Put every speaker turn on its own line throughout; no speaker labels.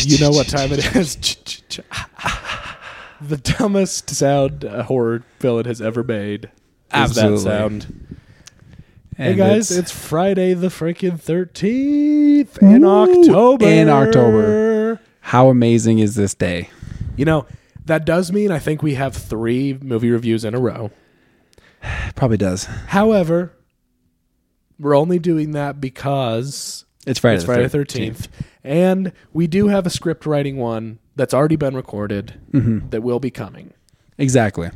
you know what time it is. the dumbest sound a horror villain has ever made. Is
Absolutely.
that sound. hey
And
guys, it's, Friday the freaking thirteenth in
Ooh,
October.
in October. how amazing is this day?
You know, that does mean I think we have three movie reviews in a row.
It probably does.
However, we're only doing that because
It's Friday.
it's
the
Friday the 13th. And we do have a script writing one that's already been recorded
Mm-hmm.
that will be coming.
Exactly.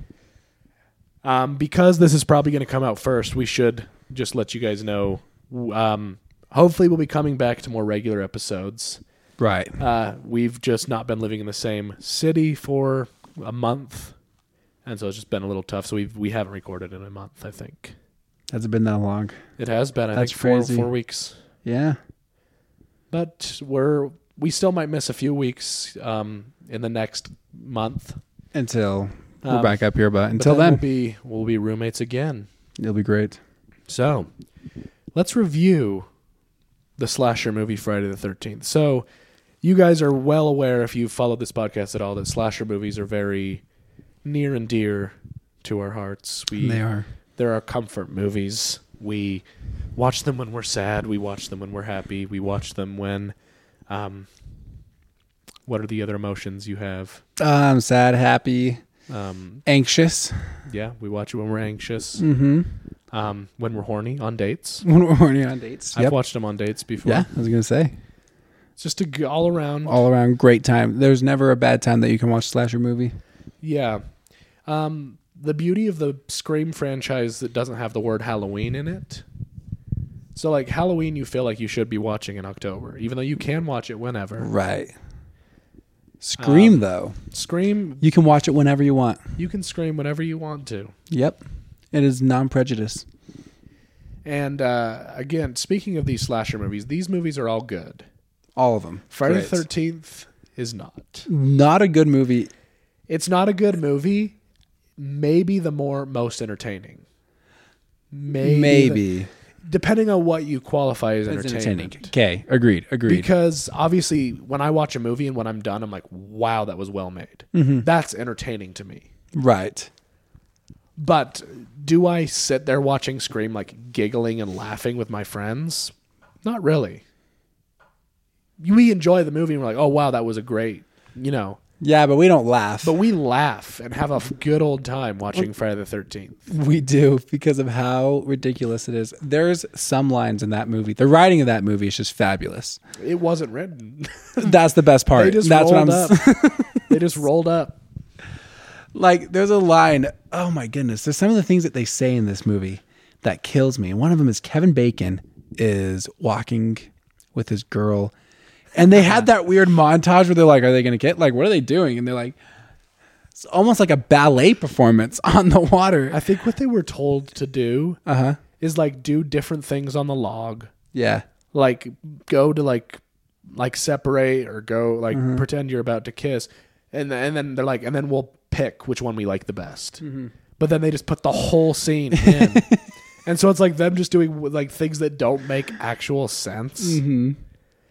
Um, because this is probably going to come out first, we should just let you guys know. Um, hopefully, we'll be coming back to more regular episodes.
Right.
Uh, we've just not been living in the same city for a month. And so it's just been a little tough. So we've, we haven't recorded in a month, I think.
Has it been that long?
It has been, I
That's
think, four,
crazy.
four weeks.
Yeah.
But we're we still might miss a few weeks um, in the next month.
Until
Um,
we're back up here, but
But
until then,
we'll be we'll be roommates again.
it'll be great.
So let's review the slasher movie Friday the Thirteenth. So you guys are well aware if you've followed this podcast at all that slasher movies are very near and dear to our hearts. We
They are.
they're our comfort movies. We watch them when we're sad. We watch them when we're happy. We watch them when, um, what are the other emotions you have?
Um, sad, happy,
Um,
anxious.
yeah, we watch it when we're anxious.
Mm-hmm.
Um, when we're horny on dates.
When we're horny on dates.
I've
Yep.
watched them on dates before.
Yeah, I was gonna say
It's just a g- all around.
all around great time. There's never a bad time that you can watch a slasher movie.
yeah. Um, the beauty of the Scream franchise that doesn't have the word Halloween in it. So like Halloween, you feel like you should be watching in October, even though you can watch it whenever.
Right. Scream
Um,
though.
Scream,
You can watch it whenever you want.
You can scream whenever you want to.
Yep. It is non prejudice.
And uh, again, speaking of these slasher movies, these movies are all good.
All of them.
Friday
Great.
the 13th is not.
Not a good movie.
It's not a good movie. Maybe the more most entertaining. Maybe.
Maybe.
the- depending on what you qualify as
It's
entertainment.
entertaining. Okay. Agreed. Agreed.
Because obviously, when I watch a movie and when I'm done, I'm like, wow, that was well made.
Mm-hmm.
That's entertaining to me.
right.
But do I sit there watching Scream, like giggling and laughing with my friends? Not really. We enjoy the movie and we're like, oh, wow, that was a great, you know.
Yeah, but we don't laugh.
But we laugh and have a good old time watching Friday the 13th.
we do because of how ridiculous it is. There's some lines in that movie. The writing of that movie is just fabulous.
It wasn't written.
That's the best part.
They just
That's what
rolled
I'm
up. they just rolled up.
like there's a line oh my goodness there's some of the things that they say in this movie that kills me and one of them is kevin bacon is walking with his girl and they had that weird montage where they're like are they gonna get like what are they doing and they're like it's almost like a ballet performance on the water
I think what they were told to do
uh-huh
is like do different things on the log.
yeah
like go to like like separate or go like pretend you're about to kiss and th- and then they're like and then we'll pick which one we like the best but then they just put the whole scene in and so it's like them just doing like things that don't make actual sense and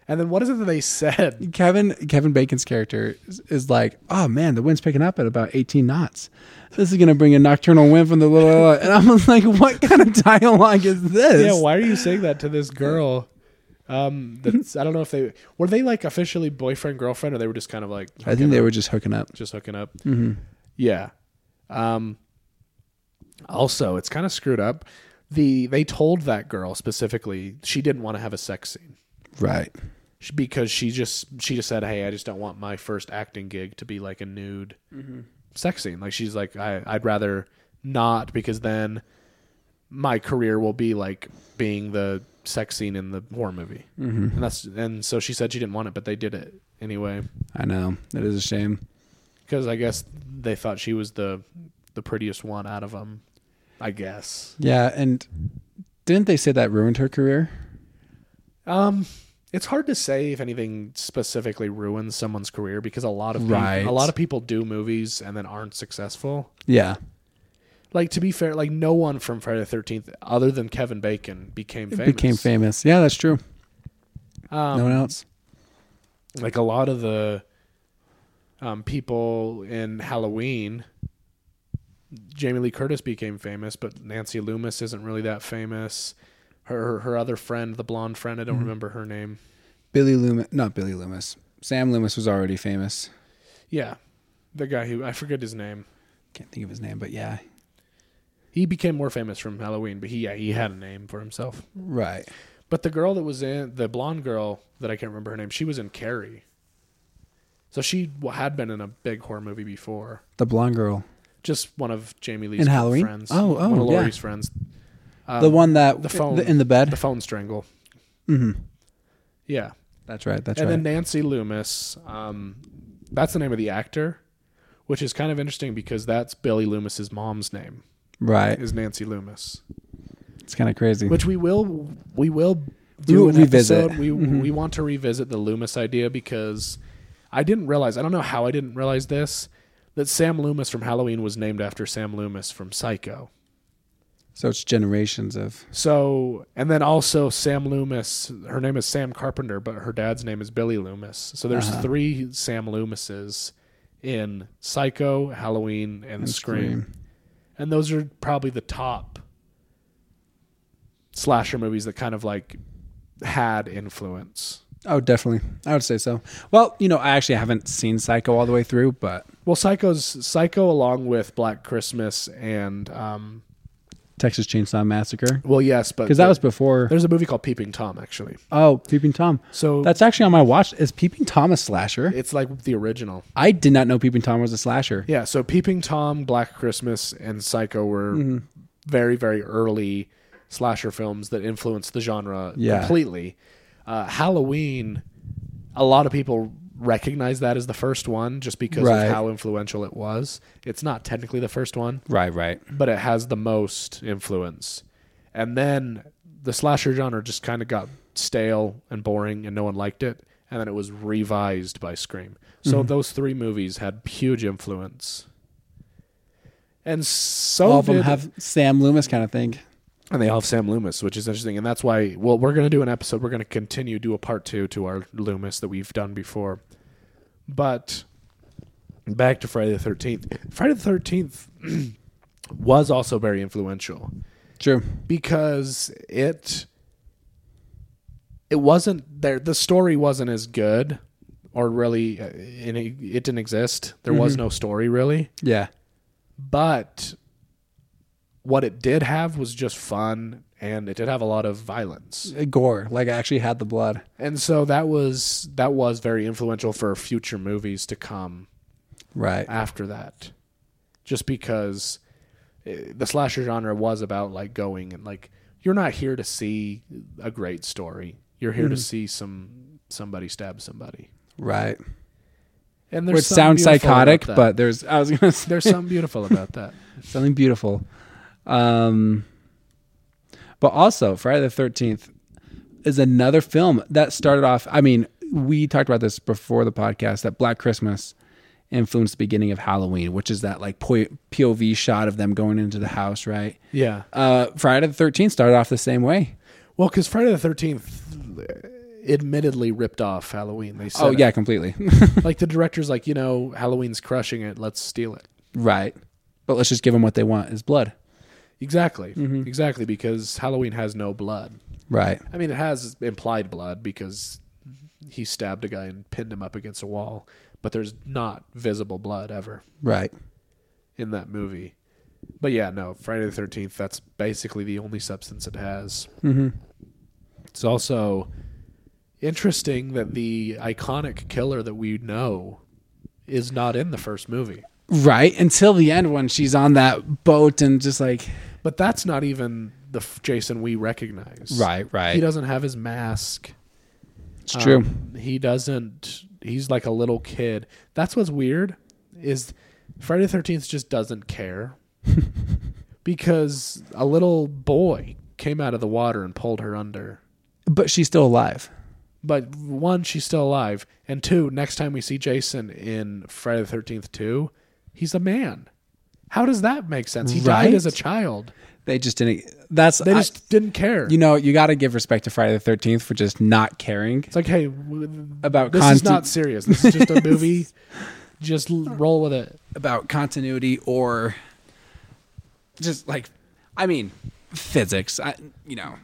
then what is it that they said
kevin kevin bacon's character is, is like oh man the wind's picking up at about 18 knots this is gonna bring a nocturnal wind from the little and i'm like what kind of dialogue is this
yeah why are you saying that to this girl um that's i don't know if they were they like officially boyfriend girlfriend or they were just kind of like
I think they were just hooking up.
just hooking up. Yeah. Um, also, it's kind of screwed up. The they told that girl specifically she didn't want to have a sex scene
Right.
She- because she just she just said, "Hey, I just don't want my first acting gig to be like a nude sex scene." Like she's like, I, "I'd rather not because then my career will be like being the sex scene in the horror movie." Mm-hmm. And that's and so she said she didn't want it, but they did it anyway
I know. That is a shame.
because I guess they thought she was the the prettiest one out of them. I guess.
Yeah, and didn't they say that ruined her career?
Um, it's hard to say if anything specifically ruins someone's career because a lot of peop-
Right.
a lot of people do movies and then aren't successful.
Yeah.
Like to be fair, like no one from Friday the Thirteenth other than Kevin Bacon became famous.
Became famous. Yeah, that's true.
Um,
no one else.
like a lot of the um, people in Halloween. Jamie Lee Curtis became famous, but Nancy Loomis isn't really that famous. Her her other friend, the blonde friend, I don't remember her name.
Billy Loomis, not Billy Loomis. Sam Loomis was already famous.
Yeah, the guy who I forget his name.
Can't think of his name, but yeah,
He became more famous from Halloween, but he yeah, he had a name for himself.
right.
But the girl that was in the blonde girl that I can't remember her name, she was in Carrie. So she w- had been in a big horror movie before.
The blonde girl,
Just one of Jamie Lee's
In Halloween?
friends.
Oh,
one of
oh, yeah.
Laurie's friends. Um,
the one that
the phone.
in the bed.
the phone strangle.
mm-hmm.
Yeah,
That's right. That's
and
right.
then Nancy Loomis. Um, that's the name of the actor, which is kind of interesting because that's Billy Loomis's mom's name
right.
is Nancy Loomis.
It's kind of crazy.
which we will we will
We
do
will
an
revisit. Mm-hmm.
episode. We we want to revisit the Loomis idea because I didn't realize I don't know how I didn't realize this that Sam Loomis from Halloween was named after Sam Loomis from Psycho.
so it's generations of.
So and then also Sam Loomis, her name is Sam Carpenter, but her dad's name is Billy Loomis. So there's
Uh-huh.
three Sam Loomises in Psycho, Halloween, and, Scream. and those are probably the top slasher movies that kind of like had influence.
Oh, definitely. I would say so. Well, you know, I actually haven't seen Psycho all the way through, but
Well, Psycho's Psycho, along with Black Christmas, and um,
Texas Chainsaw Massacre
well, yes, but
because that was before.
there's a movie called Peeping Tom actually.
Oh, Peeping Tom.
So
That's actually on my watch. Is Peeping Tom a slasher?
it's like the original.
I did not know Peeping Tom was a slasher.
Yeah, so Peeping Tom, Black Christmas, and Psycho were
Mm-hmm.
very, very early slasher films that influenced the genre
Yeah.
completely. Uh, Halloween, a lot of people recognize that as the first one just because
Right.
of how influential it was. It's not technically the first one,
Right, right.
but it has the most influence. And then the slasher genre just kind of got stale and boring and no one liked it. And then it was revised by Scream. So
Mm-hmm.
those three movies had huge influence. And so
All of them
did-
have Sam Loomis kind of thing.
and they all have Sam Loomis, which is interesting, and that's why. Well, we're going to do an episode. We're going to continue do a part two to our Loomis that we've done before, but back to Friday the Thirteenth. Friday the Thirteenth was also very influential
True.
because it it wasn't there. The story wasn't as good, or really, uh, it, it didn't exist. There was no story really
Yeah.
but what it did have was just fun and it did have a lot of violence
Uh, Gore. Like I actually had the blood.
and so that was that was very influential for future movies to come
Right.
after that just because eh, the slasher genre was about like going and like you're not here to see a great story you're here
Mm.
to see some somebody stab somebody
Right.
and
Which
there's something
sounds
beautiful about
psychotic,
that.
but there's I was gonna say
there's something beautiful about that
something beautiful. Um but also Friday the thirteenth is another film that started off I mean, we talked about this before the podcast that Black Christmas influenced the beginning of Halloween, which is that like po- POV shot of them going into the house, right?
yeah
Uh Friday the thirteenth started off the same way.
Well, because Friday the Thirteenth eh, admittedly ripped off Halloween. They said,
Oh yeah, completely.
it. like the director's like, you know, Halloween's crushing it. Let's steal it.
right. But let's just give them what they want is blood.
Exactly,
Mm-hmm.
exactly, because Halloween has no blood.
Right.
I mean, it has implied blood because he stabbed a guy and pinned him up against a wall, but there's not visible blood ever
Right.
in that movie. But yeah, no, Friday the Thirteenth. That's basically the only substance it has.
Mm-hmm.
It's also interesting that the iconic killer that we know is not in the first movie.
Right until the end when she's on that boat and just like
But that's not even the f- Jason we recognize.
right,
He
right.
doesn't have his mask.
It's true.
Um, he doesn't. He's like a little kid. That's what's weird is Friday the Thirteenth just doesn't care because a little boy came out of the water and pulled her under.
but she's still alive.
But one, she's still alive, and two, next time we see Jason in Friday the Thirteenth Two, he's a man. How does that make sense? He
Right?
died as a child.
They just didn't. That's
They
I-
just didn't care.
you know you got to give respect to Friday the Thirteenth for just not caring
it's like, hey, w-
about
this is
content-
not serious. This is just a movie. Just l- roll with it.
about continuity or just like I mean physics. I, you know,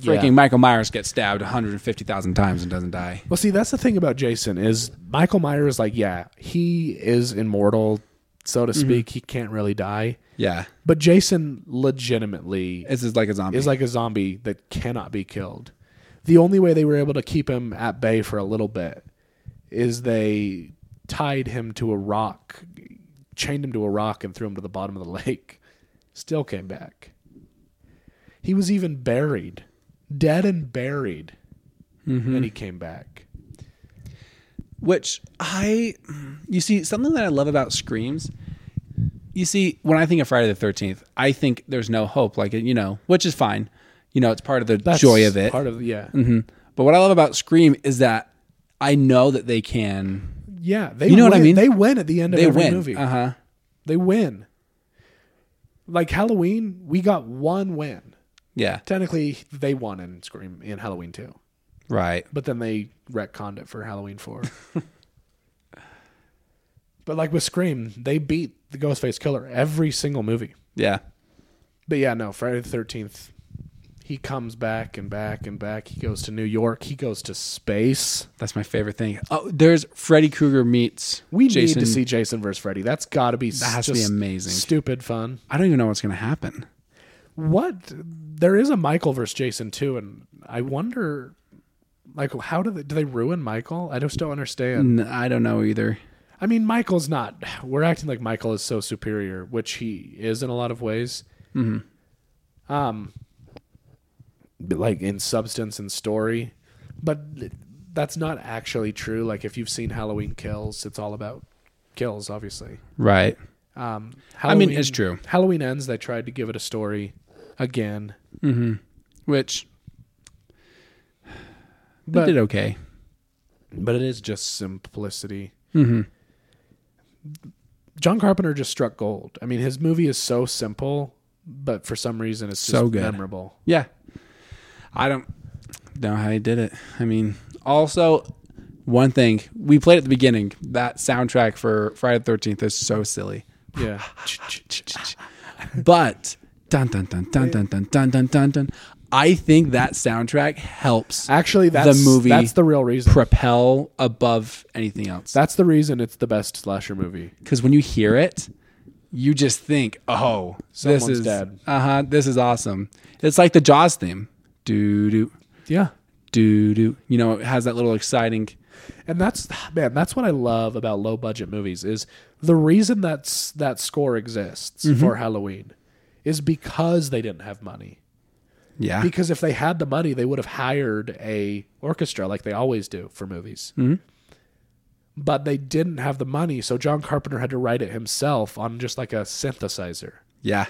Yeah.
freaking Michael Myers gets stabbed 150,000 times and doesn't die.
Well, see, that's the thing about Jason is Michael Myers. Like, yeah, he is immortal, so
Mm-hmm.
to speak. He can't really die.
Yeah,
But Jason legitimately
it's just like a zombie.
is like a zombie that cannot be killed. The only way they were able to keep him at bay for a little bit is they tied him to a rock, chained him to a rock, and threw him to the bottom of the lake. Still came back. He was even buried, dead and buried,
Mm-hmm.
and he came back.
which I you see something that I love about screams. You see, when I think of Friday the Thirteenth, I think there's no hope. Like you know, which is fine. You know, it's part of the
That's
joy of it.
Part of yeah,
Mhm. But what I love about Scream is that I know that they can.
yeah. They
You know what I
win-
mean?
They win at the end of
They
every
win.
movie.
Uh huh.
They win. Like Halloween, we got one win.
Yeah.
technically they won in Scream in Halloween 2,
Right.
but then they retconned it for Halloween 4. but like with Scream, they beat the Ghostface Killer every single movie.
Yeah.
But yeah, no, Friday the 13th, he comes back and back and back. He goes to New York, he goes to space.
That's my favorite thing. Oh, there's Freddy Krueger meets
We
Jason.
need to see Jason versus Freddy. That's got to be that
has to be amazing.
Stupid fun.
I don't even know what's gonna happen.
what there is a Michael versus Jason too, and I wonder, like, how do they do they ruin Michael? I just don't understand.
N- I don't know either.
I mean, Michael's not. We're acting like Michael is so superior, which he is in a lot of ways. Mm-hmm. Um, but, like in substance and story, but that's not actually true. Like if you've seen Halloween Kills, it's all about kills, obviously.
Right.
Um,
mean,
Halloween-
it's true.
Halloween ends. They tried to give it a story again.
Which
But-
they did okay.
but it is just simplicity.
Mm-hmm.
John Carpenter just struck gold. I mean, his movie is so simple, but for some reason, it's just
So good.
memorable.
Yeah. I don't know how he did it. I mean, also one thing we played at the beginning, that soundtrack for Friday the 13th is so silly.
Yeah,
But dun dun dun dun dun dun dun dun dun dun. I think that soundtrack helps
actually, that's the movie.
movie-
That's the real reason.
propel above anything else.
that's the reason it's the best slasher movie.
Because when you hear it, you just think, "Oh,
Someone's
this is
dead.
uh huh, this is awesome." It's like the Jaws theme, doo doo
Yeah,
doo doo. You know, it has that little exciting.
and that's man, that's what I love about low budget movies is the reason that's that score exists
Mm-hmm.
for Halloween is because they didn't have money.
Yeah,
because if they had the money, they would have hired a orchestra like they always do for movies. But they didn't have the money, so John Carpenter had to write it himself on just like a synthesizer.
yeah.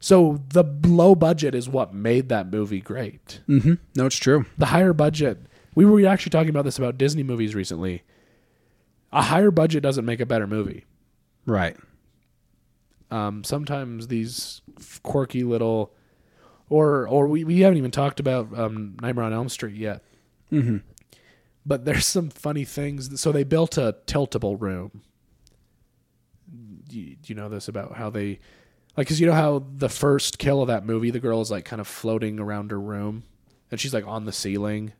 So the low budget is what made that movie great.
Mm-hmm. No, it's true.
The higher budget, we were actually talking about this about Disney movies recently. A higher budget doesn't make a better movie.
Right.
um, sometimes these quirky little or or we, we haven't even talked about um, Nightmare on Elm Street yet. Mm-hmm. But there's some funny things. So they built a tiltable room. Do you, do you know this about how they, like, because you know how the first kill of that movie, the girl is like kind of floating around her room, and she's like on the ceiling.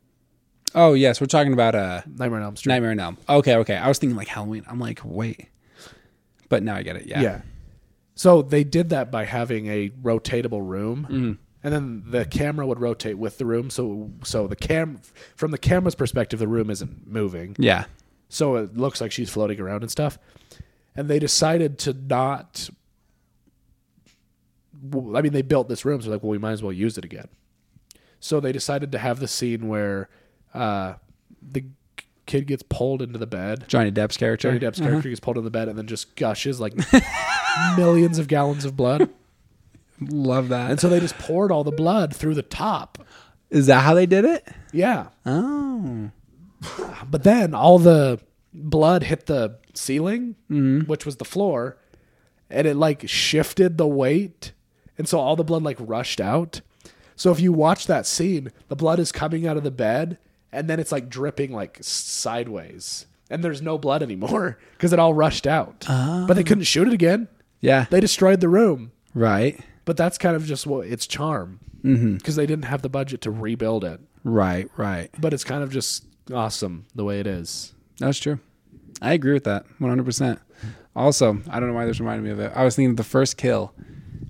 Oh yes, we're talking about uh,
Nightmare on Elm Street.
Nightmare on Elm. Okay, okay. I was thinking like Halloween. I'm like, wait. But now I get it. Yeah.
Yeah. So they did that by having a rotatable room, and then the camera would rotate with the room. So so the cam from the camera's perspective, the room isn't moving,
Yeah.
so it looks like she's floating around and stuff. And they decided to not. w- I mean, they built this room, so like, well, we might as well use it again. So they decided to have the scene where uh, the k- kid gets pulled into the bed,
Johnny Depp's character.
Johnny Depp's character gets pulled in the bed and then just gushes like millions of gallons of blood.
Love
And
that.
so they just poured all the blood through the top.
Is that how they did it?
Yeah.
Oh.
But then all the blood hit the ceiling, which was the floor. and it like shifted the weight, and so all the blood like rushed out. So if you watch that scene, the blood is coming out of the bed, and then it's like dripping like sideways, and there's no blood anymore because it all rushed out. But they couldn't shoot it again.
Yeah.
They destroyed the room.
Right.
But that's kind of just what its charm because they didn't have the budget to rebuild it.
Right. Right.
But it's kind of just awesome the way it is.
That's true. I agree with that 100%. Also, I don't know why this reminded me of it. I was thinking of the first kill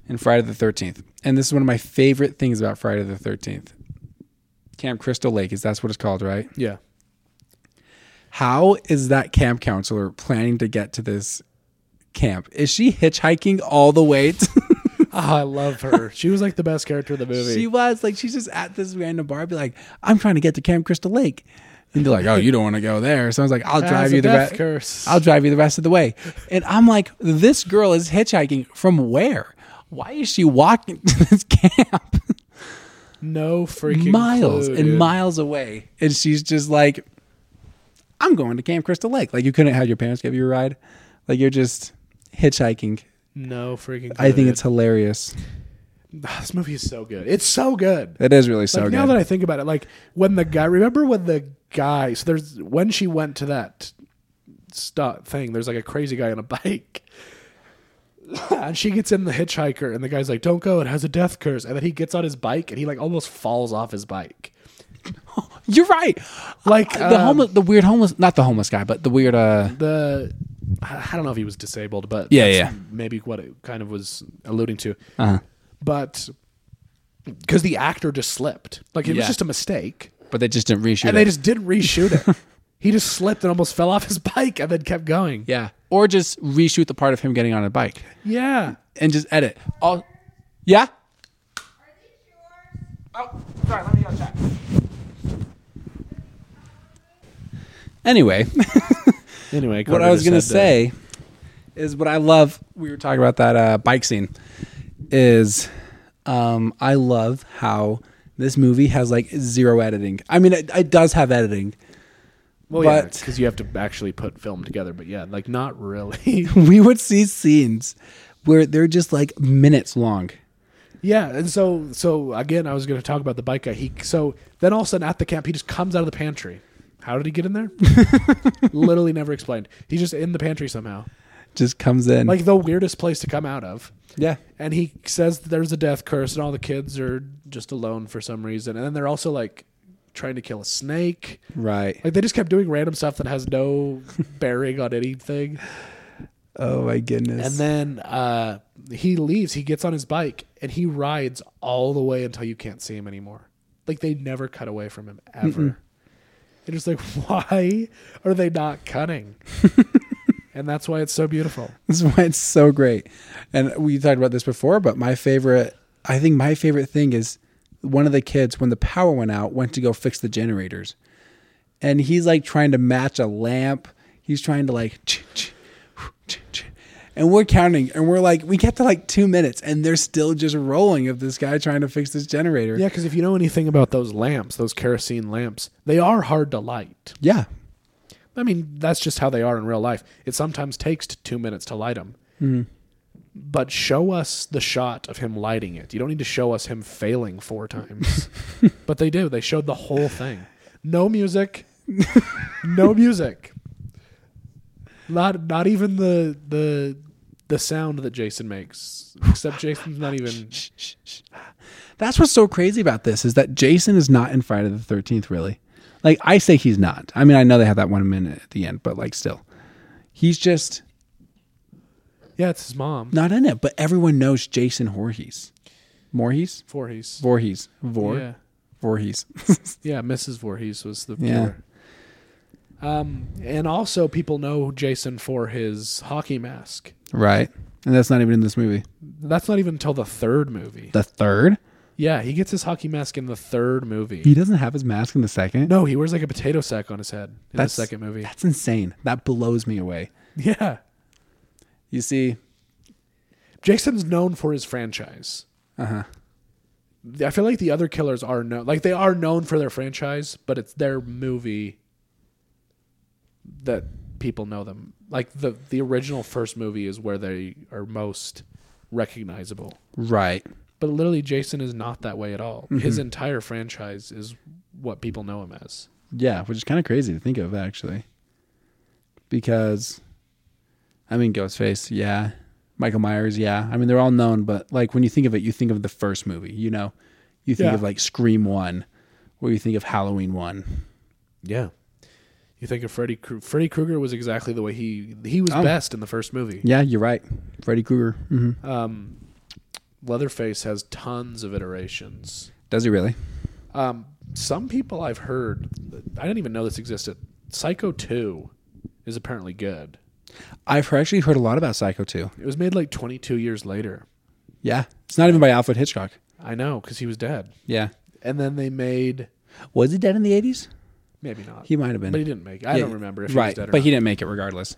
in Friday the 13th. And this is one of my favorite things about Friday the 13th. Camp Crystal Lake is that's what it's called, right?
Yeah.
How is that camp counselor planning to get to this camp? Is she hitchhiking all the way? To-
Ah, I love her. She was like the best character of the movie.
she was like, she's just at this random bar, be like, I'm trying to get to Camp Crystal Lake. And be like, oh, you don't want to go there. So I was like, I'll drive
has
you
a
the
death
rest.
curse.
I'll drive you the rest of the way. And I'm like, this girl is hitchhiking from where? Why is she walking to this camp
no freaking
miles
clue,
and
dude.
miles away? And she's just like, I'm going to Camp Crystal Lake. Like, you couldn't have your parents give you a ride. Like, you're just hitchhiking.
no freaking. Clue,
I
dude.
think it's hilarious.
Ah, this movie is so good. It's so good.
It is really so
Like
good.
now that I think about it, like when the guy. Remember when the guy? So there's when she went to that stop thing. There's like a crazy guy on a bike. And she gets in the hitchhiker, and the guy's like, "Don't go! It has a death curse." And then he gets on his bike, and he like almost falls off his bike.
You're right.
Like
The
um,
homeless, the weird homeless, not the homeless guy, but the weird. uh
the I I don't know if he was disabled, but
Yeah,
that's
yeah.
maybe what it kind of was alluding to.
Uh-huh.
But because the actor just slipped, like it
Yeah.
was just a mistake,
But they just didn't reshoot
and
it.
they just didn't reshoot it. he just slipped and almost fell off his bike, and then kept going.
yeah, or just reshoot the part of him getting on a bike.
Yeah,
and just edit. All, yeah. Anyway,
Anyway,
what
Carter
I was
just
gonna
had to-
say is what I love. We were talking about that uh, bike scene. Is um, I love how this movie has like zero editing. I mean, it, it does have editing.
well, yeah,
but-
because you have to actually put film together. But yeah, like not really.
We would see scenes where they're just like minutes long.
Yeah, and so so again, I was going to talk about the bike guy. He so then all of a sudden at the camp, he just comes out of the pantry. How did he get in there? Literally never explained. He's just in the pantry somehow,
Just comes in
like the weirdest place to come out of.
yeah.
And he says that there's a death curse, and all the kids are just alone for some reason. And then they're also like trying to kill a snake.
Right.
Like they just kept doing random stuff that has no bearing on anything.
Oh my goodness.
And then uh, he leaves. He gets on his bike and he rides all the way until you can't see him anymore. Like they never cut away from him ever. It's just like, why are they not cutting? and that's why it's so beautiful.
That's why it's so great. And we talked about this before, but my favorite, I think my favorite thing is one of the kids, when the power went out, went to go fix the generators. And he's like trying to match a lamp. He's trying to like, ch- ch- ch- ch- and we're counting and we're like, we get to like two minutes and they're still just rolling of this guy trying to fix this generator.
Yeah, because if you know anything about those lamps, those kerosene lamps, they are hard to light.
Yeah.
I mean, that's just how they are in real life. It sometimes takes t- two minutes to light them. But show us the shot of him lighting it. You don't need to show us him failing four times. but they do. They showed the whole thing. No music. no music. Not not even the the the sound that Jason makes. Except Jason's not even
That's what's so crazy about this is that Jason is not in Friday the 13th, really. Like, I say he's not. I mean, I know they have that one minute at the end, but like, still, he's just
Yeah, it's his mom.
not in it. But everyone knows Jason Voorhees. Voorhees?
Voorhees.
Voorhees. Vor?
Yeah.
Voorhees.
Yeah, Mrs. Voorhees was the
Yeah.
killer. Um, and also people know Jason for his hockey mask.
right. And that's not even in this movie.
That's not even until the third movie.
The third?
Yeah, he gets his hockey mask in the third movie.
He doesn't have his mask in the second.
No, he wears like a potato sack on his head in
That's-
the second movie.
That's insane. That blows me away.
Yeah.
You see?
Jason's known for his franchise.
Uh huh.
I feel like the other killers are known like they are known for their franchise, but it's their movie that people know them. Like the the original first movie is where they are most recognizable.
Right.
But literally Jason is not that way at all. His entire franchise is what people know him as.
Yeah, which is kind of crazy to think of actually. Because I mean Ghostface, yeah. Michael Myers, yeah. I mean they're all known, but like when you think of it, you think of the first movie, you know. You think
Yeah.
of like Scream 1 or you think of Halloween 1.
Yeah. You think of Freddy Kr- Freddy Krueger was exactly the way he he was
Oh.
best in the first movie.
Yeah, you're right. Freddy Krueger. hmm
Um Leatherface has tons of iterations.
Does he really?
Um, some people I've heard, I didn't even know this existed. Psycho 2 is apparently good.
I've actually heard a lot about Psycho 2.
It was made like 22 years later.
Yeah. It's not even by Alfred Hitchcock.
I know, because he was dead.
Yeah.
And then they made,
Was he dead in the 80s?
maybe not,
He might have been.
but he didn't make it. I
Yeah,
don't remember if
right,
he was dead or
but
not.
he didn't make it regardless.
Uh,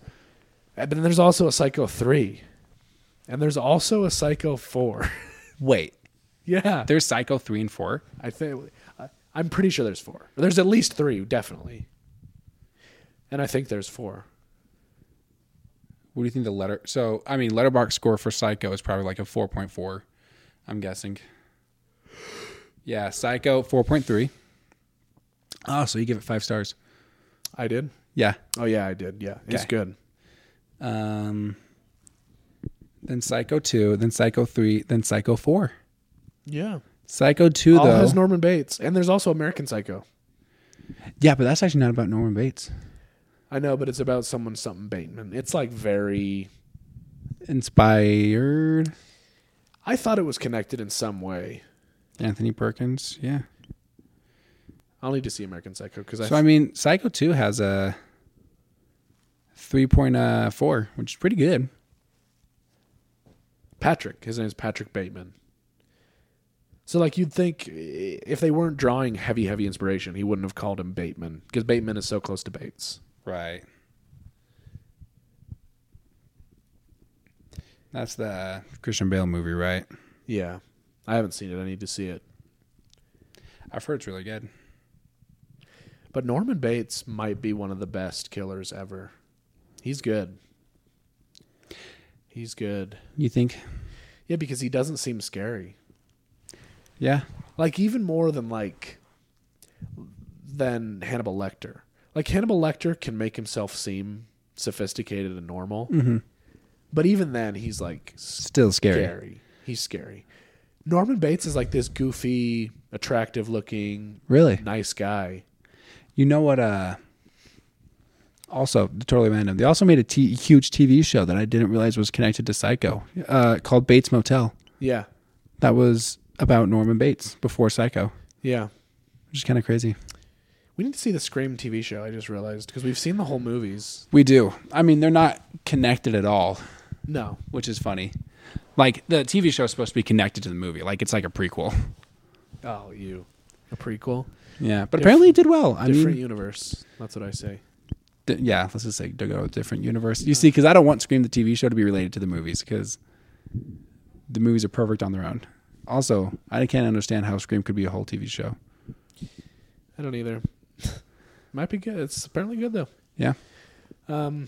But then there's also a Psycho 3. And there's also a Psycho 4.
Wait,
yeah.
there's Psycho 3 and 4.
I think, I- I'm pretty sure there's four. There's at least three, definitely. And I think there's four.
What do you think the letter? So, I mean, letterbox score for Psycho is probably like a 4.4, I'm guessing. Yeah, Psycho 4.3. Oh, so you give it five stars.
I did?
Yeah.
Oh, yeah, I did. Yeah. It's
Okay.
good.
Um, then Psycho 2, then Psycho 3, then Psycho 4.
Yeah.
Psycho 2,
All
though.
has Norman Bates, and there's also American Psycho.
yeah, but that's actually not about Norman Bates.
I know, but it's about someone something Bateman. It's like very.
Inspired
I thought it was connected in some way.
Anthony Perkins. Yeah.
I'll need to see American Psycho because
So I mean, Psycho Two has a three point uh, four, which is pretty good.
Patrick, his name is Patrick Bateman. So like you'd think i- if they weren't drawing heavy, heavy inspiration, he wouldn't have called him Bateman because Bateman is so close to Bates.
Right. That's the Christian Bale movie, right?
Yeah, I haven't seen it. I need to see it.
I've heard it's really good.
But Norman Bates might be one of the best killers ever. He's good. He's good.
You think?
Yeah, because he doesn't seem scary.
Yeah.
like even more than like than Hannibal Lecter. Like Hannibal Lecter can make himself seem sophisticated and normal,
Mm-hmm.
but even then he's like scary.
Still scary.
He's scary. Norman Bates is like this goofy, attractive-looking,
Really?
nice guy.
You know what? Uh. Also, totally random. They also made a t- huge TV show that I didn't realize was connected to Psycho, uh, called Bates Motel.
Yeah,
That was about Norman Bates before Psycho,
yeah.
which is kind of crazy.
We need to see the Scream TV show. I just realized because we've seen the whole movies.
We do. I mean, they're not connected at all,
No,
which is funny. Like the TV show is supposed to be connected to the movie, like it's like a prequel.
oh you, a prequel,
Yeah, but apparently it did well. I
different
mean,
universe. That's what I say.
d- yeah, let's just say to go to a different universe. You see, because I don't want Scream the TV show to be related to the movies because the movies are perfect on their own. Also, I can't understand how Scream could be a whole TV show.
I don't either. Might be good. It's apparently good though.
Yeah,
Um,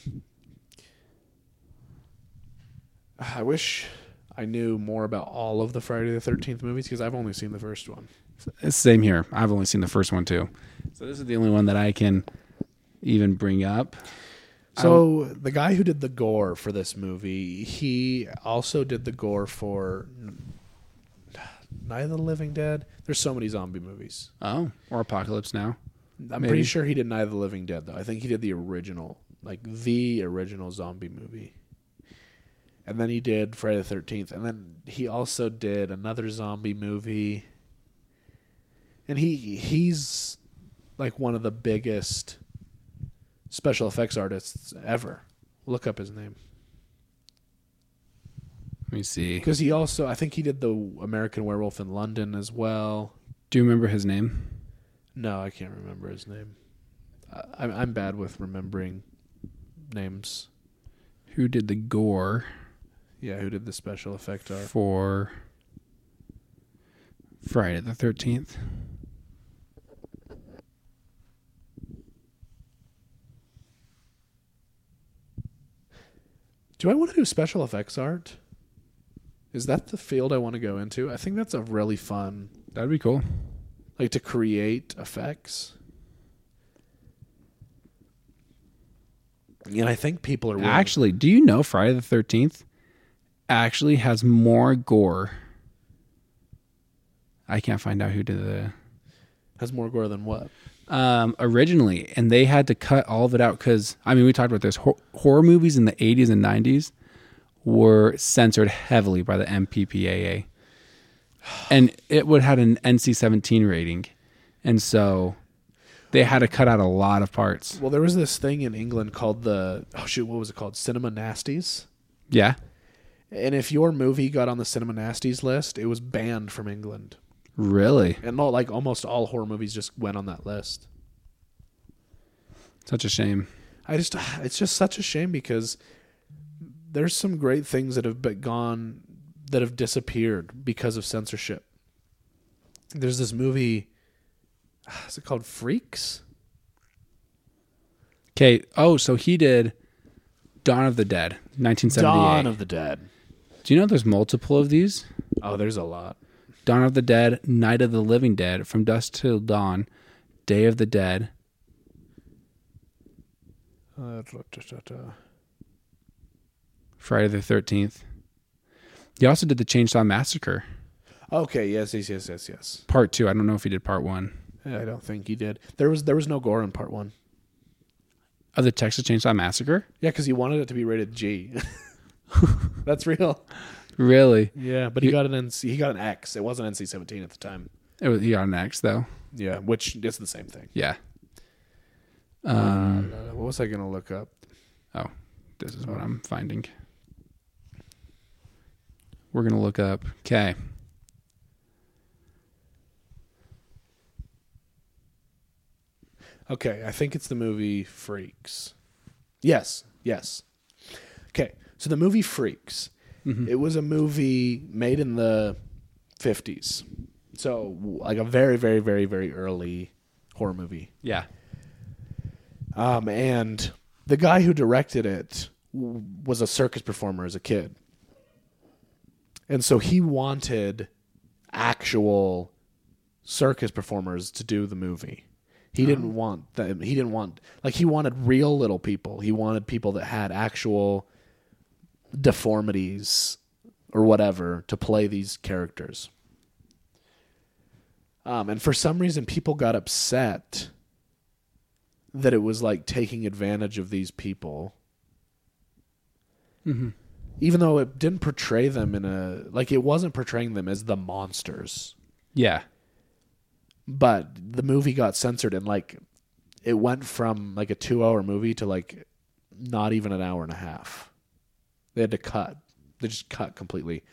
I wish I knew more about all of the Friday the Thirteenth movies because I've only seen the first one.
it's same here. I've only seen the first one too, so this is the only one that I can even bring up.
So Um, the guy who did the gore for this movie, he also did the gore for Night of the Living Dead. There's so many zombie movies.
Oh, or Apocalypse Now.
I'm
Maybe.
pretty sure he did Night of the Living Dead though. I think he did the original, like the original zombie movie. And then he did Friday the Thirteenth, and then he also did another zombie movie. And he he's like one of the biggest special effects artists ever. Look up his name
Let me see.
because he also I think he did the American Werewolf in London as well.
Do you remember his name?
No, I can't remember his name. I, I'm I'm bad with remembering names.
Who did the gore
Yeah, who did the special effect art?
for Friday the 13th?
Do I want to do special effects art? Is that the field I want to go into? I think that's a really fun,
That'd be cool.
like to create effects. And I think people are willing-
Actually, do you know Friday the Thirteenth actually has more gore? I can't find out who did the
has more gore than what?
um, originally, and they had to cut all of it out because I mean, we talked about this Hor- horror movies in the '80s and '90s were censored heavily by the MPPAA, and it would had an NC-17 rating, and so they had to cut out a lot of parts.
Well, there was this thing in England called the oh shoot, what was it called? Cinema nasties.
Yeah,
And if your movie got on the cinema nasties list, it was banned from England.
really,
And all, like almost all horror movies just went on that list.
such a shame.
I just it's just such a shame because there's some great things that have been gone that have disappeared because of censorship. There's this movie is it called Freaks?
Okay. Oh, so he did Dawn of the Dead, 1978.
Dawn of the Dead.
Do you know there's multiple of these?
Oh, there's a lot.
Dawn of the Dead, Night of the Living Dead, From Dusk Till Dawn, Day of the Dead.
Uh, da- da- da- da.
Friday the 13th. He also did the Chainsaw Massacre,
Okay, yes, yes, yes, yes, yes.
part two. I don't know if he did part one.
I don't think he did. There was there was no gore in part 1.
Of Oh, the Texas Chainsaw Massacre?
Yeah, cuz he wanted it to be rated G. That's real.
Really?
Yeah, but he got an NC, he got an X. It wasn't NC-17 at the time.
It was he on X though.
Yeah, which is the same thing.
Yeah.
Uh, what was I gonna look up?
Oh, this is what I'm finding. We're gonna look up. Okay.
Okay, I think it's the movie Freaks. Yes, yes. Okay, so the movie Freaks. It was a movie made in the fifties, so like a very, very, very, very early horror movie.
Yeah.
Um, and the guy who directed it w- was a circus performer as a kid. And so he wanted actual circus performers to do the movie. He didn't want them. He didn't want like he wanted real little people. He wanted people that had actual deformities or whatever to play these characters. Um, and for some reason, people got upset that it was like taking advantage of these people. Even though it didn't portray them in a like it wasn't portraying them as the monsters.
Yeah.
But the movie got censored and like it went from like a 2-hour movie to like not even an hour and a half. They had to cut. They just cut completely.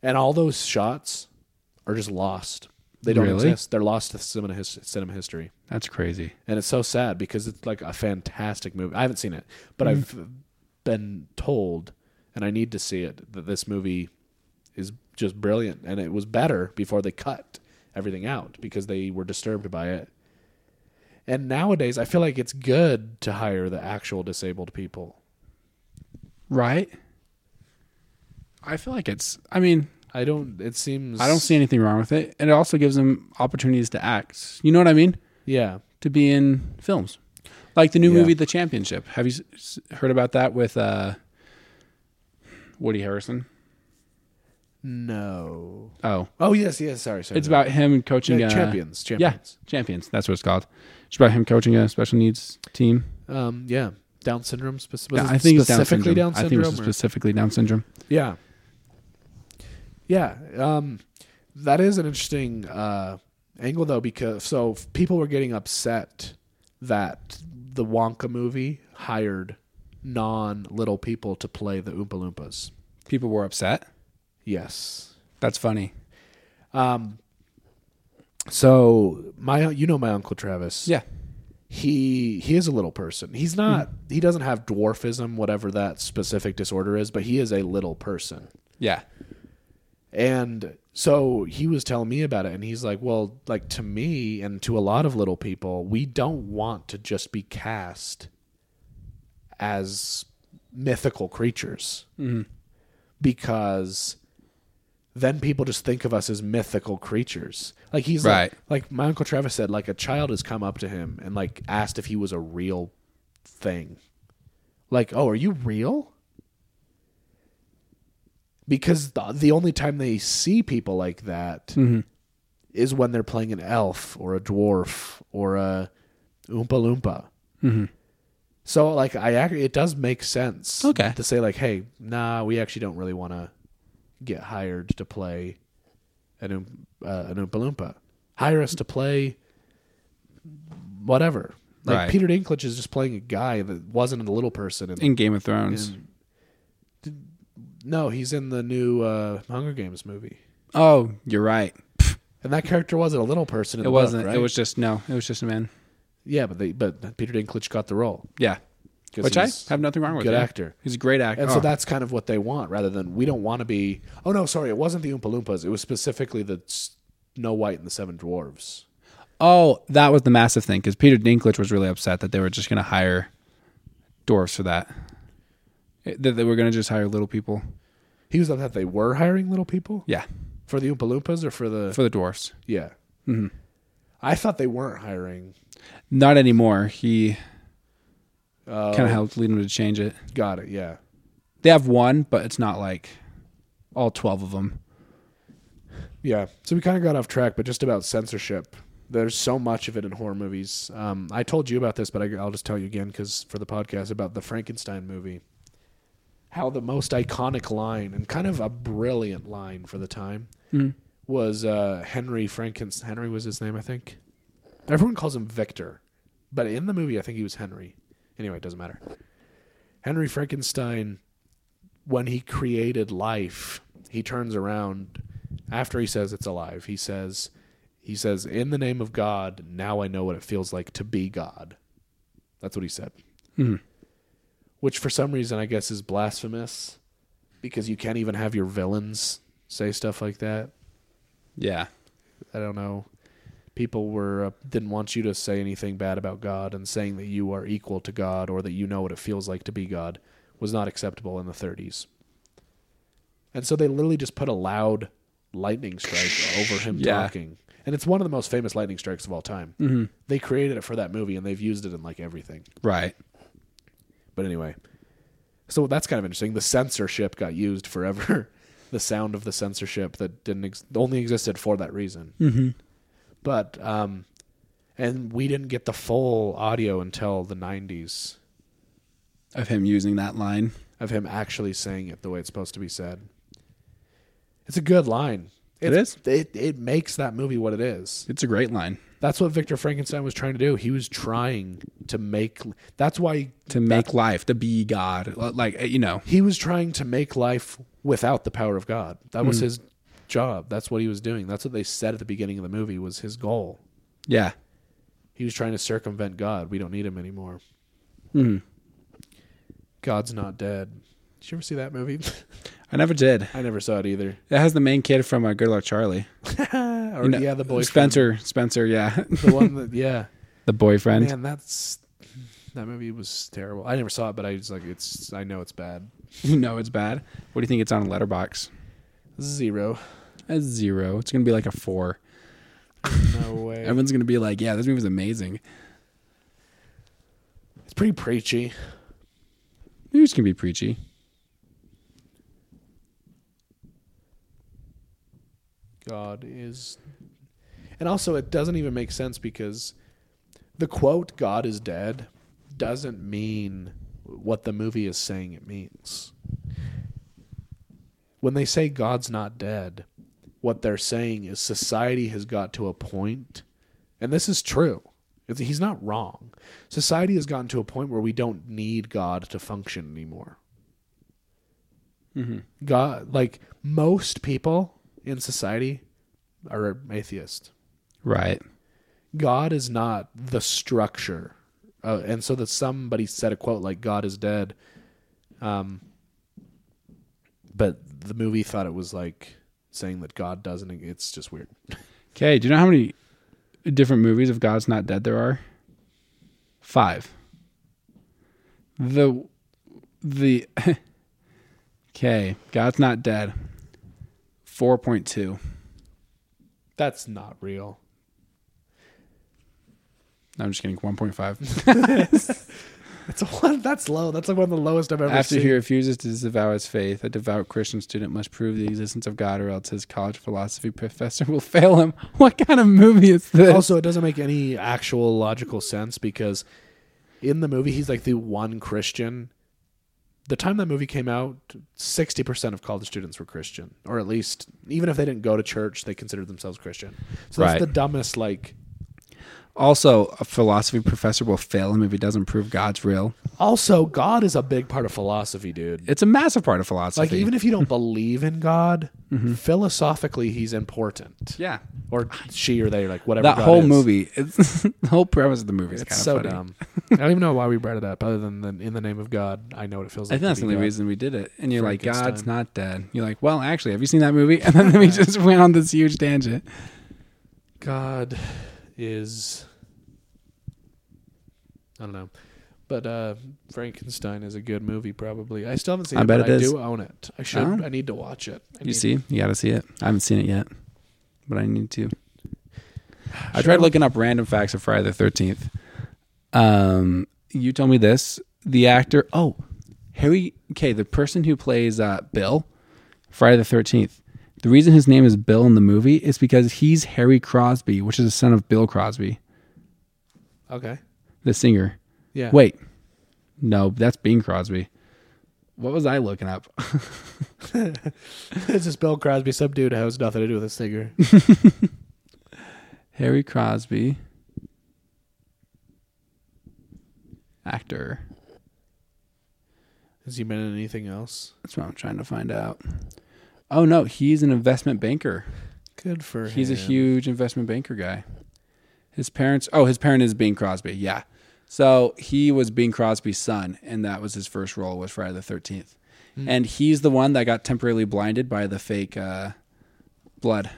And all those shots are just lost. They don't
Really?
exist. They're lost to cinema, his- cinema history
That's crazy.
and it's so sad because it's like a fantastic movie. I haven't seen it,
Mm.
but I've been told, and I need to see it that this movie is just brilliant, and it was better before they cut everything out because they were disturbed by it. And nowadays, I feel like it's good to hire the actual disabled people.
Right? I feel like it's I mean,
I don't. It seems
I don't see anything wrong with it. And it also gives them opportunities to act. You know what I mean?
Yeah,
To be in films. Like the new
Yeah.
movie The Championship. Have you s- s- heard about that with uh, Woody Harrison?
no.
Oh,
Oh yes, yes. Sorry, sorry.
it's about him coaching
Yeah,
uh,
champions. Champions.
Yeah, champions. That's what it's called. It's about him coaching a special needs team.
Um, yeah. Down syndrome spec- was
Yeah,
it
I think it's Down
specifically
syndrome.
Down syndrome.
I think it's
or-
specifically Down syndrome.
Yeah. Yeah. Um, that is an interesting uh, angle, though, because so f- people were getting upset that the Wonka movie hired non little people to play the Oompa Loompas.
People were upset.
Yes.
That's funny.
Um, so my you know my uncle Travis
Yeah.
he he is a little person he's not he doesn't have dwarfism whatever that specific disorder is but he is a little person
Yeah.
And so he was telling me about it, and he's like, Well, like to me and to a lot of little people, we don't want to just be cast as mythical creatures because then people just think of us as mythical creatures. Like he's
Right.
like, like my uncle Travis said, like a child has come up to him and like asked if he was a real thing. Like, oh, are you real? Because the, the only time they see people like that is
Mm-hmm.
when they're playing an elf or a dwarf or a oompa loompa.
Mm-hmm.
So like I act, it does make sense.
Okay.
To say like, hey, nah, we actually don't really want to get hired to play an Oom- uh, an Oompa Loompa. Hire us to play whatever. Like
Right.
Peter Dinklage is just playing a guy that wasn't a little person. And,
in Game of Thrones.
no, he's in the new uh, Hunger Games movie,
Oh, you're right.
and that character wasn't a little person. In
It
the
wasn't.
Book, right?
It was just no. It was just a man.
Yeah, but they but Peter Dinklage got the role.
Yeah,
'cause
which I
he's-
have nothing wrong with.
good
yeah.
actor.
He's a great actor. Oh.
And so that's kind of what they want, rather than we don't want to be. Oh no, sorry, it wasn't the Oompa Loompas. It was specifically the Snow White and the Seven Dwarves.
oh, that was the massive thing because Peter Dinklage was really upset that they were just going to hire dwarfs for that. It- That they were going to just hire little people.
He was upset they were hiring little people
Yeah,
for the Oompa Loompas or for the
for Mm-hmm. the dwarfs.
yeah. I thought they weren't hiring.
Not anymore. He
Uh,
kind of helped lead them to change it.
got it. Yeah,
They have one, but it's not like all twelve of them.
yeah. So we kind of got off track, but just about censorship. There's so much of it in horror movies. Um, I told you about this, but I, I'll just tell you again because for the podcast about the Frankenstein movie, how the most iconic line and kind of a brilliant line for the time was uh, Henry Frankenstein. Henry was his name, I think. Everyone calls him Victor, but in the movie, I think he was Henry. Anyway, it doesn't matter. Henry Frankenstein, when he created life, he turns around after he says it's alive. He says, he says, in the name of God, now I know what it feels like to be God. That's what he said. Which, for some reason, I guess is blasphemous because you can't even have your villains say stuff like that.
Yeah,
I don't know. People were uh, didn't want you to say anything bad about God, and saying that you are equal to God or that you know what it feels like to be God was not acceptable in the 30s. And so they literally just put a loud lightning strike over him
Yeah.
talking, and it's one of the most famous lightning strikes of all time. Mm-hmm. They created it for that movie, and they've used it in like everything.
right.
But anyway, so that's kind of interesting. The censorship got used forever. the sound of the censorship that didn't ex- only existed for that reason. Mm-hmm. But um, and we didn't get the full audio until the '90s
Of him using that line.
of him actually saying it the way it's supposed to be said. It's a good line.
It
It's- It it makes that movie what it is.
It's a great line.
That's what Victor Frankenstein was trying to do. He was trying to make. That's why
to make life to be god like eh, you know
he was trying to make life without the power of God. That was his job. That's what he was doing. That's what they said at the beginning of the movie was his goal.
yeah
He was trying to circumvent God. We don't need him anymore. God's not dead. Did you ever see that movie?
i never did
I never saw it either.
it has the main kid from uh, good luck charlie
or
You know,
yeah, the boyfriend,
spencer spencer yeah
the one that yeah.
the boyfriend
Man, that's that movie was terrible. I never saw it, but I was like, it's. I know it's bad.
you know it's bad what do you think it's on a letterbox
Zero.
a zero it's gonna be like a four
No way.
everyone's gonna be like yeah this movie's amazing
It's pretty preachy.
movies can be preachy
God is. And also, it doesn't even make sense because the quote, God is dead, doesn't mean what the movie is saying it means. When they say God's not dead, what they're saying is society has got to a point, and this is true. It's- He's not wrong. Society has gotten to a point where we don't need God to function anymore. God, like most people in society are atheist.
right
God is not the structure. Uh, and so that somebody said a quote like God is dead. Um, but the movie thought it was like saying that God doesn't. It's just weird.
okay do you know how many different movies of god's not dead there are five the the okay, God's not dead. Four point two.
That's not real.
I'm just kidding. One point five.
That's a one. That's low. That's like one of the lowest I've ever
After
seen.
he refuses to disavow his faith, a devout Christian student must prove the existence of God, or else his college philosophy professor will fail him. What kind of movie is this?
Also, it doesn't make any actual logical sense because in the movie, he's like the one Christian. The time that movie came out, 60% of college students were Christian, or at least, even if they didn't go to church, they considered themselves Christian. So that's
Right.
the dumbest, like,
also, a philosophy professor will fail him if he doesn't prove God's real.
also, God is a big part of philosophy, dude.
It's a massive part of
Like,
philosophy.
even if you don't believe in God, philosophically, he's important.
Mm-hmm. yeah,
Or she or they, like, whatever.
that
God
whole
is.
movie, it's, the whole premise of the movie is
It's
kind of
so
funny.
dumb. I don't even know why we brought it up, other than the, in the name of God, I know what it feels
I
like.
think that's
to
the
be
only
God.
reason we did it. And you're like,
Frankenstein.
God's not dead. You're like, well, actually, have you seen that movie? And then we just went on this huge tangent.
God is I don't know. But uh Frankenstein is a good movie probably. I still haven't seen
I
it,
bet
but
it
I
is.
do own it. I should
Oh.
I need to watch it. I
You
need-
see, you got to see it. I haven't seen it yet, but I need to. I
Sure.
tried looking up random facts of Friday the Thirteenth. Um, you told me this. The actor, oh, Harry, okay, the person who plays uh, Bill, Friday the Thirteenth. The reason his name is Bill in the movie is because he's Harry Crosby, which is the son of Bill Crosby,
Okay.
the singer.
Yeah.
Wait, no, that's Bing Crosby. What was I looking up?
this is Bill Crosby, some dude who has nothing to do with a singer.
Harry Crosby, actor.
Has he been in anything else?
That's what I'm trying to find out. Oh no, he's an investment banker.
Good for
He's a
him.
huge investment banker guy. His parents, oh, his parent is Bing Crosby. Yeah, so he was Bing Crosby's son, and that was his first role was Friday the Thirteenth,
Hmm.
and he's the one that got temporarily blinded by the fake uh, blood.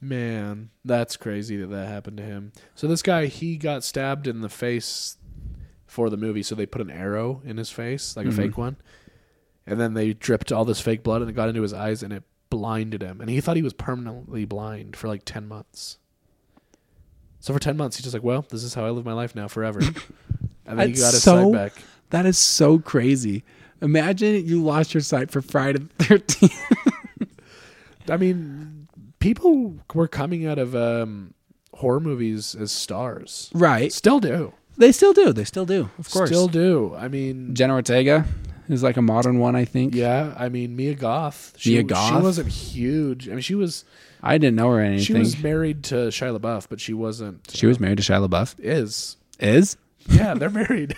Man, that's crazy that that happened to him. So this guy, he got stabbed in the face for the movie, so they put an arrow in his face,
Mm-hmm.
like a fake one, and then they dripped all this fake blood and it got into his eyes and it blinded him, and he thought he was permanently blind for like ten months. So for ten months, he's just like, "Well, this is how I live my life now, forever." And then he
That's
got his sight
so-
back.
That is so crazy. Imagine you lost your sight for Friday the Thirteenth.
I mean, people were coming out of um, horror movies as stars,
right?
still do,
They still do. They still do. Of course.
still do. I mean,
Jenna Ortega is like a modern one, I think.
Yeah, I mean Mia Goth. She,
Mia
She
Goff?
wasn't huge. I mean, she was
I didn't know her or anything.
she was married to Shia LaBeouf, but she wasn't.
She was married to Shia LaBeouf.
is
Is
yeah, they're married.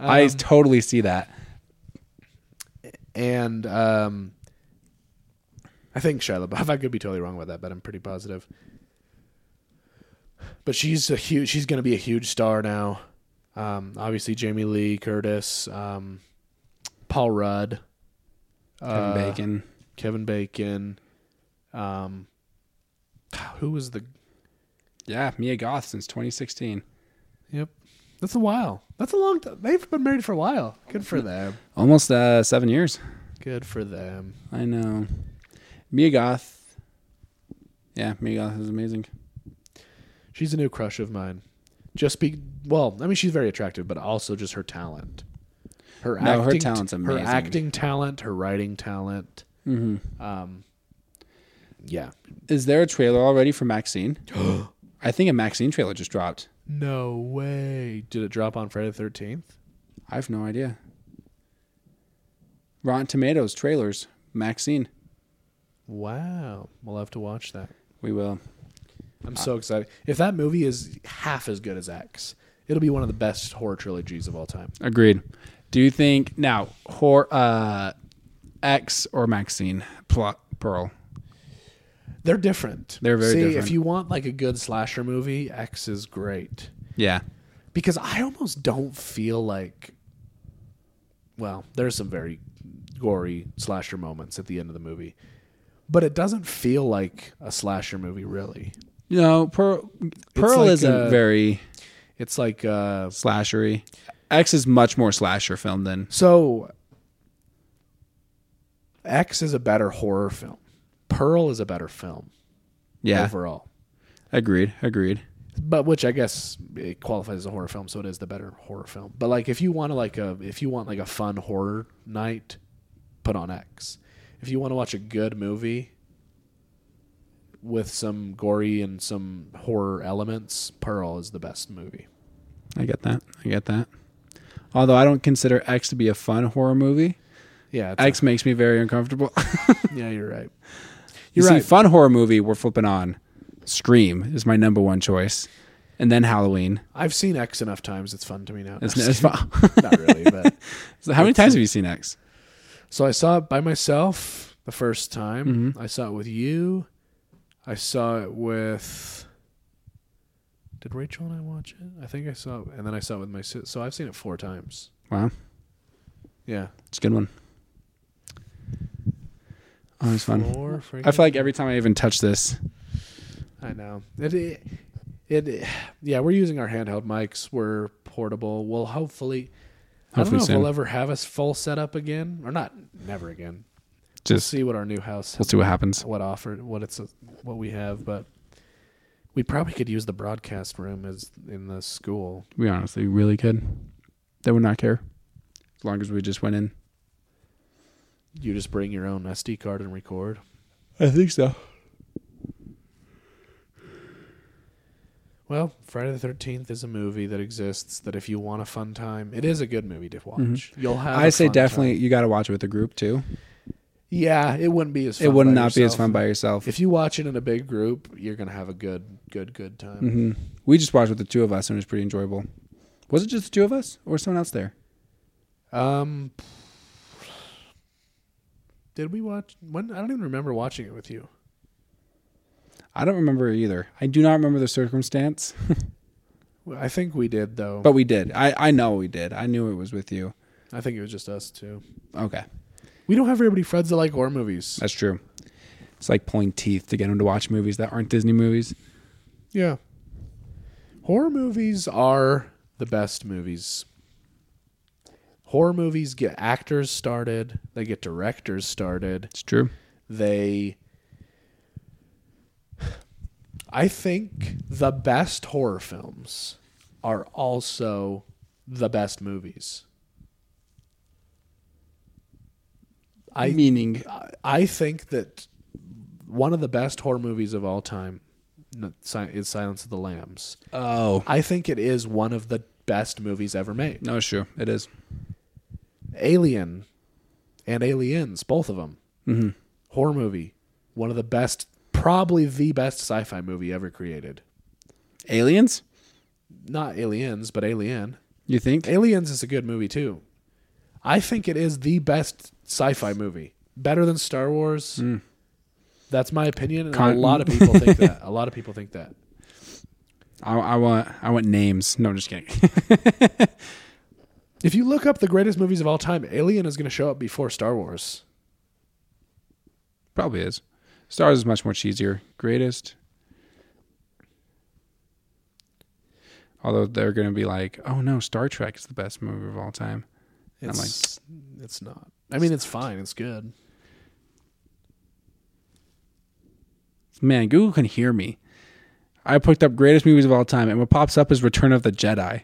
I totally see that.
and um, I think Shia LaBeouf. I could be totally wrong about that, but I'm pretty positive. But she's a huge. She's going to be a huge star now. Um, obviously, Jamie Lee Curtis, um, Paul Rudd,
Kevin
uh,
Bacon.
Kevin Bacon. Um, who was the?
Yeah, Mia Goth since 2016.
Yep, that's a while. That's a long. time. They've been married for a while. Good for them.
Almost uh, seven years.
Good for them.
I know. Mia Goth. Yeah, Mia Goth is amazing.
She's a new crush of mine. Just be well. I mean, she's very attractive, but also just her talent. Her
No, her
acting,
talent's
Her
amazing.
acting talent, her writing talent.
hmm
Um, yeah.
Is there a trailer already for Maxine? I think a Maxine trailer just dropped.
No way. Did it drop on Friday the Thirteenth?
I have no idea. Rotten Tomatoes trailers. Maxine.
Wow. We'll have to watch that.
We will.
I'm so excited. If that movie is half as good as X, it'll be one of the best horror trilogies of all time.
Agreed. Do you think now hor uh X or Maxine plot Pearl?
They're different.
They're very
See,
different.
If you want like a good slasher movie, X is great.
Yeah.
Because I almost don't feel like well, there's some very gory slasher moments at the end of the movie. But it doesn't feel like a slasher movie really.
You know, Pearl Pearl
like,
isn't
uh,
very
It's like uh
slashery. X is much more slasher film than
So X is a better horror film. Pearl is a better film
yeah.
overall.
Agreed. Agreed.
But which I guess it qualifies as a horror film, so it is the better horror film. But like if you want to like a if you want like a fun horror night, put on X. If you want to watch a good movie with some gory and some horror elements, Pearl is the best movie.
I get that. I get that. Although I don't consider X to be a fun horror movie,
Yeah, it's
X makes me very uncomfortable.
a- yeah, you're right.
you
You're
see,
right.
fun horror movie we're flipping on. Scream is my number one choice, and then Halloween.
I've seen X enough times; it's fun to me now.
It's, it's fun.
not really, but
So how many times have you seen X?
So I saw it by myself the first time.
Mm-hmm.
I saw it with you. I saw it with. Did Rachel and I watch it? I think I saw it, and then I saw it with my sister. So I've seen it four times.
Wow,
Yeah,
it's a good one. Always fun.
Four freaking-
I feel like every time I even touch this,
I know it, it. It, yeah, we're using our handheld mics. We're portable. We'll hopefully. I don't
Hopefully
know if
soon.
we'll ever have us full setup again, or not. Never again. We'll
just
see what our new house
we'll see what happens.
what offer what it's what we have, but we probably could use the broadcast room as in the school.
We honestly really could. They would not care as long as we just went in.
You just bring your own SD card and record.
I think so.
Well, Friday the Thirteenth is a movie that exists. That if you want a fun time, it is a good movie to watch. You'll have.
Mm-hmm. I
a
say
fun
definitely
time.
you got to watch it with a group too.
Yeah, it wouldn't be as. Fun
it would
by
not be as
yourself.
fun by yourself.
If you watch it in a big group, you're gonna have a good, good, good time.
hmm We just watched with the two of us and it was pretty enjoyable. Was it just the two of us or someone else there? Mm-hmm.
Um, did we watch? When I don't even remember watching it with you.
I don't remember either. I do not remember the circumstance,
I think we did though.
but we did. I, I know we did. I knew it was with you.
I think it was just us too.
Okay,
We don't have everybody friends that like horror movies.
that's true. It's like pulling teeth to get them to watch movies that aren't Disney movies.
Yeah. Horror movies are the best movies. Horror movies get actors started, they get directors started.
It's true.
They I think the best horror films are also the best movies. I
meaning
I- I think that one of the best horror movies of all time n- si- is Silence of the Lambs.
oh
I think it is one of the best movies ever made.
no, it's true. It is.
Alien and Aliens, both of them. Horror movie, one of the best, probably the best sci-fi movie ever created.
Aliens?
Not Aliens, but Alien.
You think?
Aliens is a good movie too. I think it is the best sci-fi movie, better than Star Wars. That's my opinion, and
Con-
a lot of people think that. A lot of people think that.
I, I want I want names. No, I'm just kidding.
If you look up the greatest movies of all time, Alien is going to show up before Star Wars.
Probably is. Stars is much more cheesier. Greatest. Although they're going to be like, oh no, Star Trek is the best movie of all time. I'm like-
It's it's not. I mean, it's fine. It's good.
Man, Google can hear me. I picked up greatest movies of all time, and what pops up is Return of the Jedi,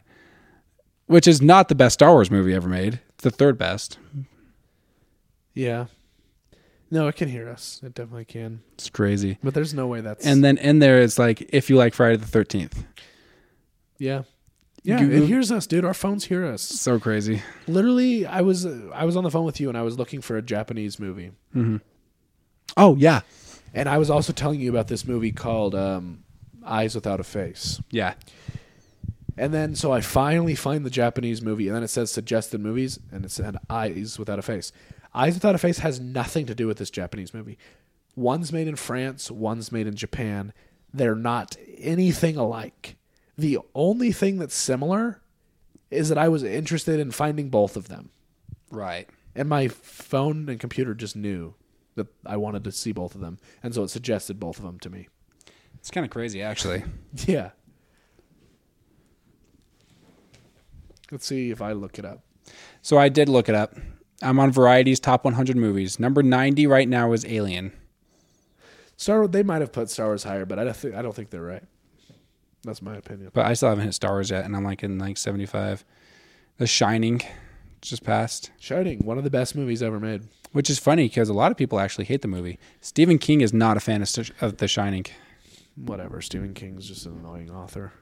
which is not the best Star Wars movie ever made. It's the third best.
Yeah. No, it can hear us. It definitely can.
It's crazy.
But there's no way that's
And then in there is like, if you like Friday the 13th.
yeah. Yeah,
Google-
it hears us, dude. Our phones hear us.
So crazy.
Literally, I was uh, I was on the phone with you and I was looking for a Japanese movie.
Oh, yeah.
And I was also telling you about this movie called um, Eyes Without a Face.
Yeah.
And then, so I finally find the Japanese movie, and then it says suggested movies, and it said Eyes Without a Face. Eyes Without a Face has nothing to do with this Japanese movie. One's made in France, one's made in Japan. They're not anything alike. The only thing that's similar is that I was interested in finding both of them.
Right.
And my phone and computer just knew that I wanted to see both of them. And so it suggested both of them to me.
It's kind of crazy, actually.
Yeah. Let's see if I look it up.
So I did look it up. I'm on Variety's top 100 movies. Number 90 right now is Alien.
Star Wars, they might have put Star Wars higher, but I don't think I don't think they're right. That's my opinion.
But I still haven't hit Star Wars yet, and I'm like in like 75. The Shining just passed,
Shining, one of the best movies ever made.
which is funny because a lot of people actually hate the movie. Stephen King is not a fan of, Sh- of The Shining.
Whatever. Stephen King's just an annoying author.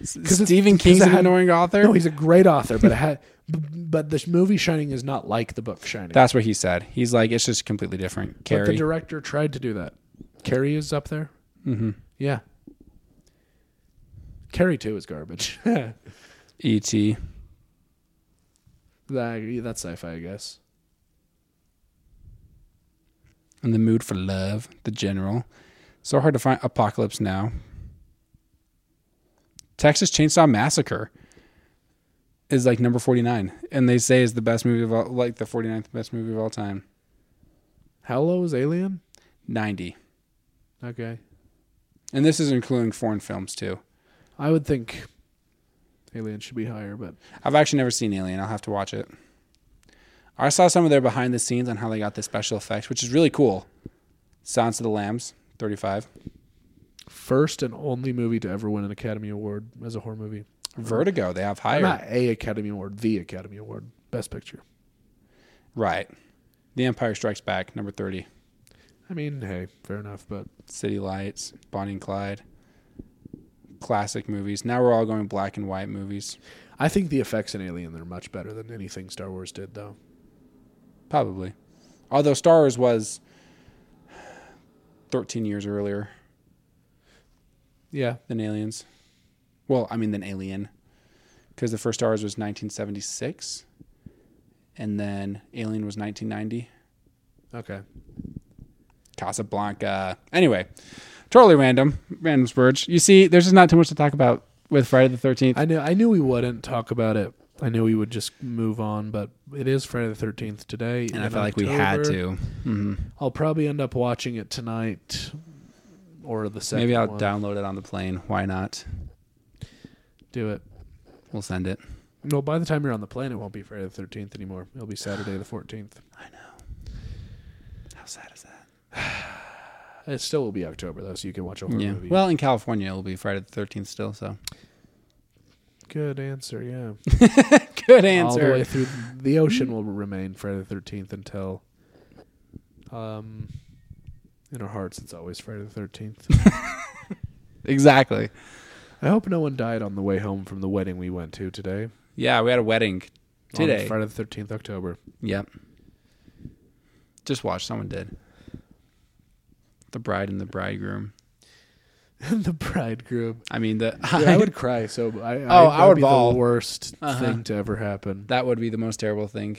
it's-
Stephen King's
it
an
had-
annoying author.
No, he's a great author, but it had, b- but the movie Shining is not like the book Shining.
That's what he said. He's like it's just completely different.
but the
Carrie,
director tried to do that. Carrie is up there.
mm-hmm.
Yeah. Carrie too is garbage. that,
E.T.
that's sci-fi, I guess.
In the Mood for Love, The General. So hard to find Apocalypse Now. Texas Chainsaw Massacre is like number 49 and they say is the best movie of all like the 49th best movie of all time.
How low is Alien?
90.
Okay.
And this is including foreign films too.
I would think Alien should be higher, but
I've actually never seen Alien. I'll have to watch it. I saw some of their behind the scenes on how they got the special effects, which is really cool. Sounds of the Lambs, 35.
first and only movie to ever win an Academy Award as a horror movie.
Vertigo, they have higher.
Not a Academy Award, the Academy Award, Best Picture.
Right. The Empire Strikes Back, number 30.
I mean, hey, fair enough, but
City Lights, Bonnie and Clyde. Classic movies. Now we're all going black and white movies.
I think the effects in Alien are much better than anything Star Wars did, though.
Probably. Although Star Wars was 13 years earlier
Yeah,
than Aliens. Well, I mean, than Alien. Because the first Star Wars was 1976. And then Alien was 1990.
okay.
Casablanca. Anyway, totally random. Random spurge. You see, there's just not too much to talk about with Friday the 13th.
I knew I knew we wouldn't talk about it. I knew we would just move on, but it is Friday the Thirteenth today,
and I
in
felt like we had
October.
to. hmm
I'll probably end up watching it tonight, or the second.
Maybe I'll
one.
download it on the plane. Why not?
do it.
We'll send it.
Well, by the time you're on the plane, it won't be Friday the Thirteenth anymore. It'll be Saturday the Fourteenth.
How sad is that?
It still will be October though, so you can watch a horror
yeah.
movie.
Well, in California, it'll be Friday the 13th still. So
good answer. Yeah.
good
all the way
answer.
through the ocean will remain Friday the Thirteenth until, um, in our hearts, it's always Friday the Thirteenth.
Exactly.
I hope no one died on the way home from the wedding we went to today.
Yeah, we had a wedding
on
today.
Friday the Thirteenth, October.
Yep. Just watch. Someone did. The bride and the bridegroom.
the bridegroom.
I mean, the
Dude, I would cry. So I, oh,
I would
be
bawl.
the worst
Uh-huh.
thing to ever happen.
that would be the most terrible thing.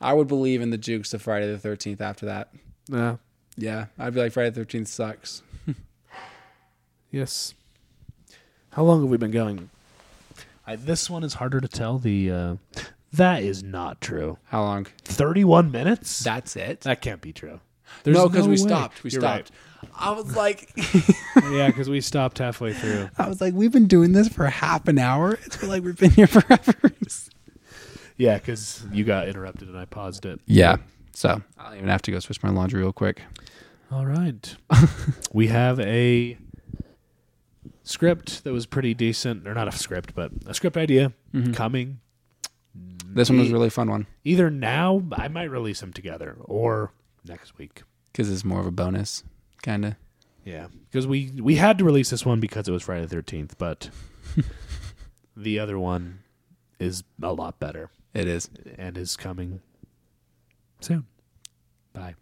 I would believe in the jukes of Friday the 13th after that.
Nah.
Yeah, I'd be like Friday the 13th sucks.
Yes. How long have we been going? I, this one is harder to tell. The uh, that is not true.
How long?
Thirty-one minutes.
That's it.
That can't be true.
no, because we
way.
stopped. We
You're
stopped. I was like,
right. yeah, because we stopped halfway through.
I was like, we've been doing this for half an hour. It's like we've been here forever.
Yeah, because you got interrupted and I paused it.
yeah. So I'll even have to go switch my laundry real quick.
All right. we have a script that was pretty decent, or not a script, but a script idea
Mm-hmm.
coming.
This one was a really fun one
Either now, I might release them together, or next week.
because it's more of a bonus, kind of.
Yeah, because we we had to release this one because it was Friday the Thirteenth, but the other one is a lot better
It is.
and is coming soon. Bye.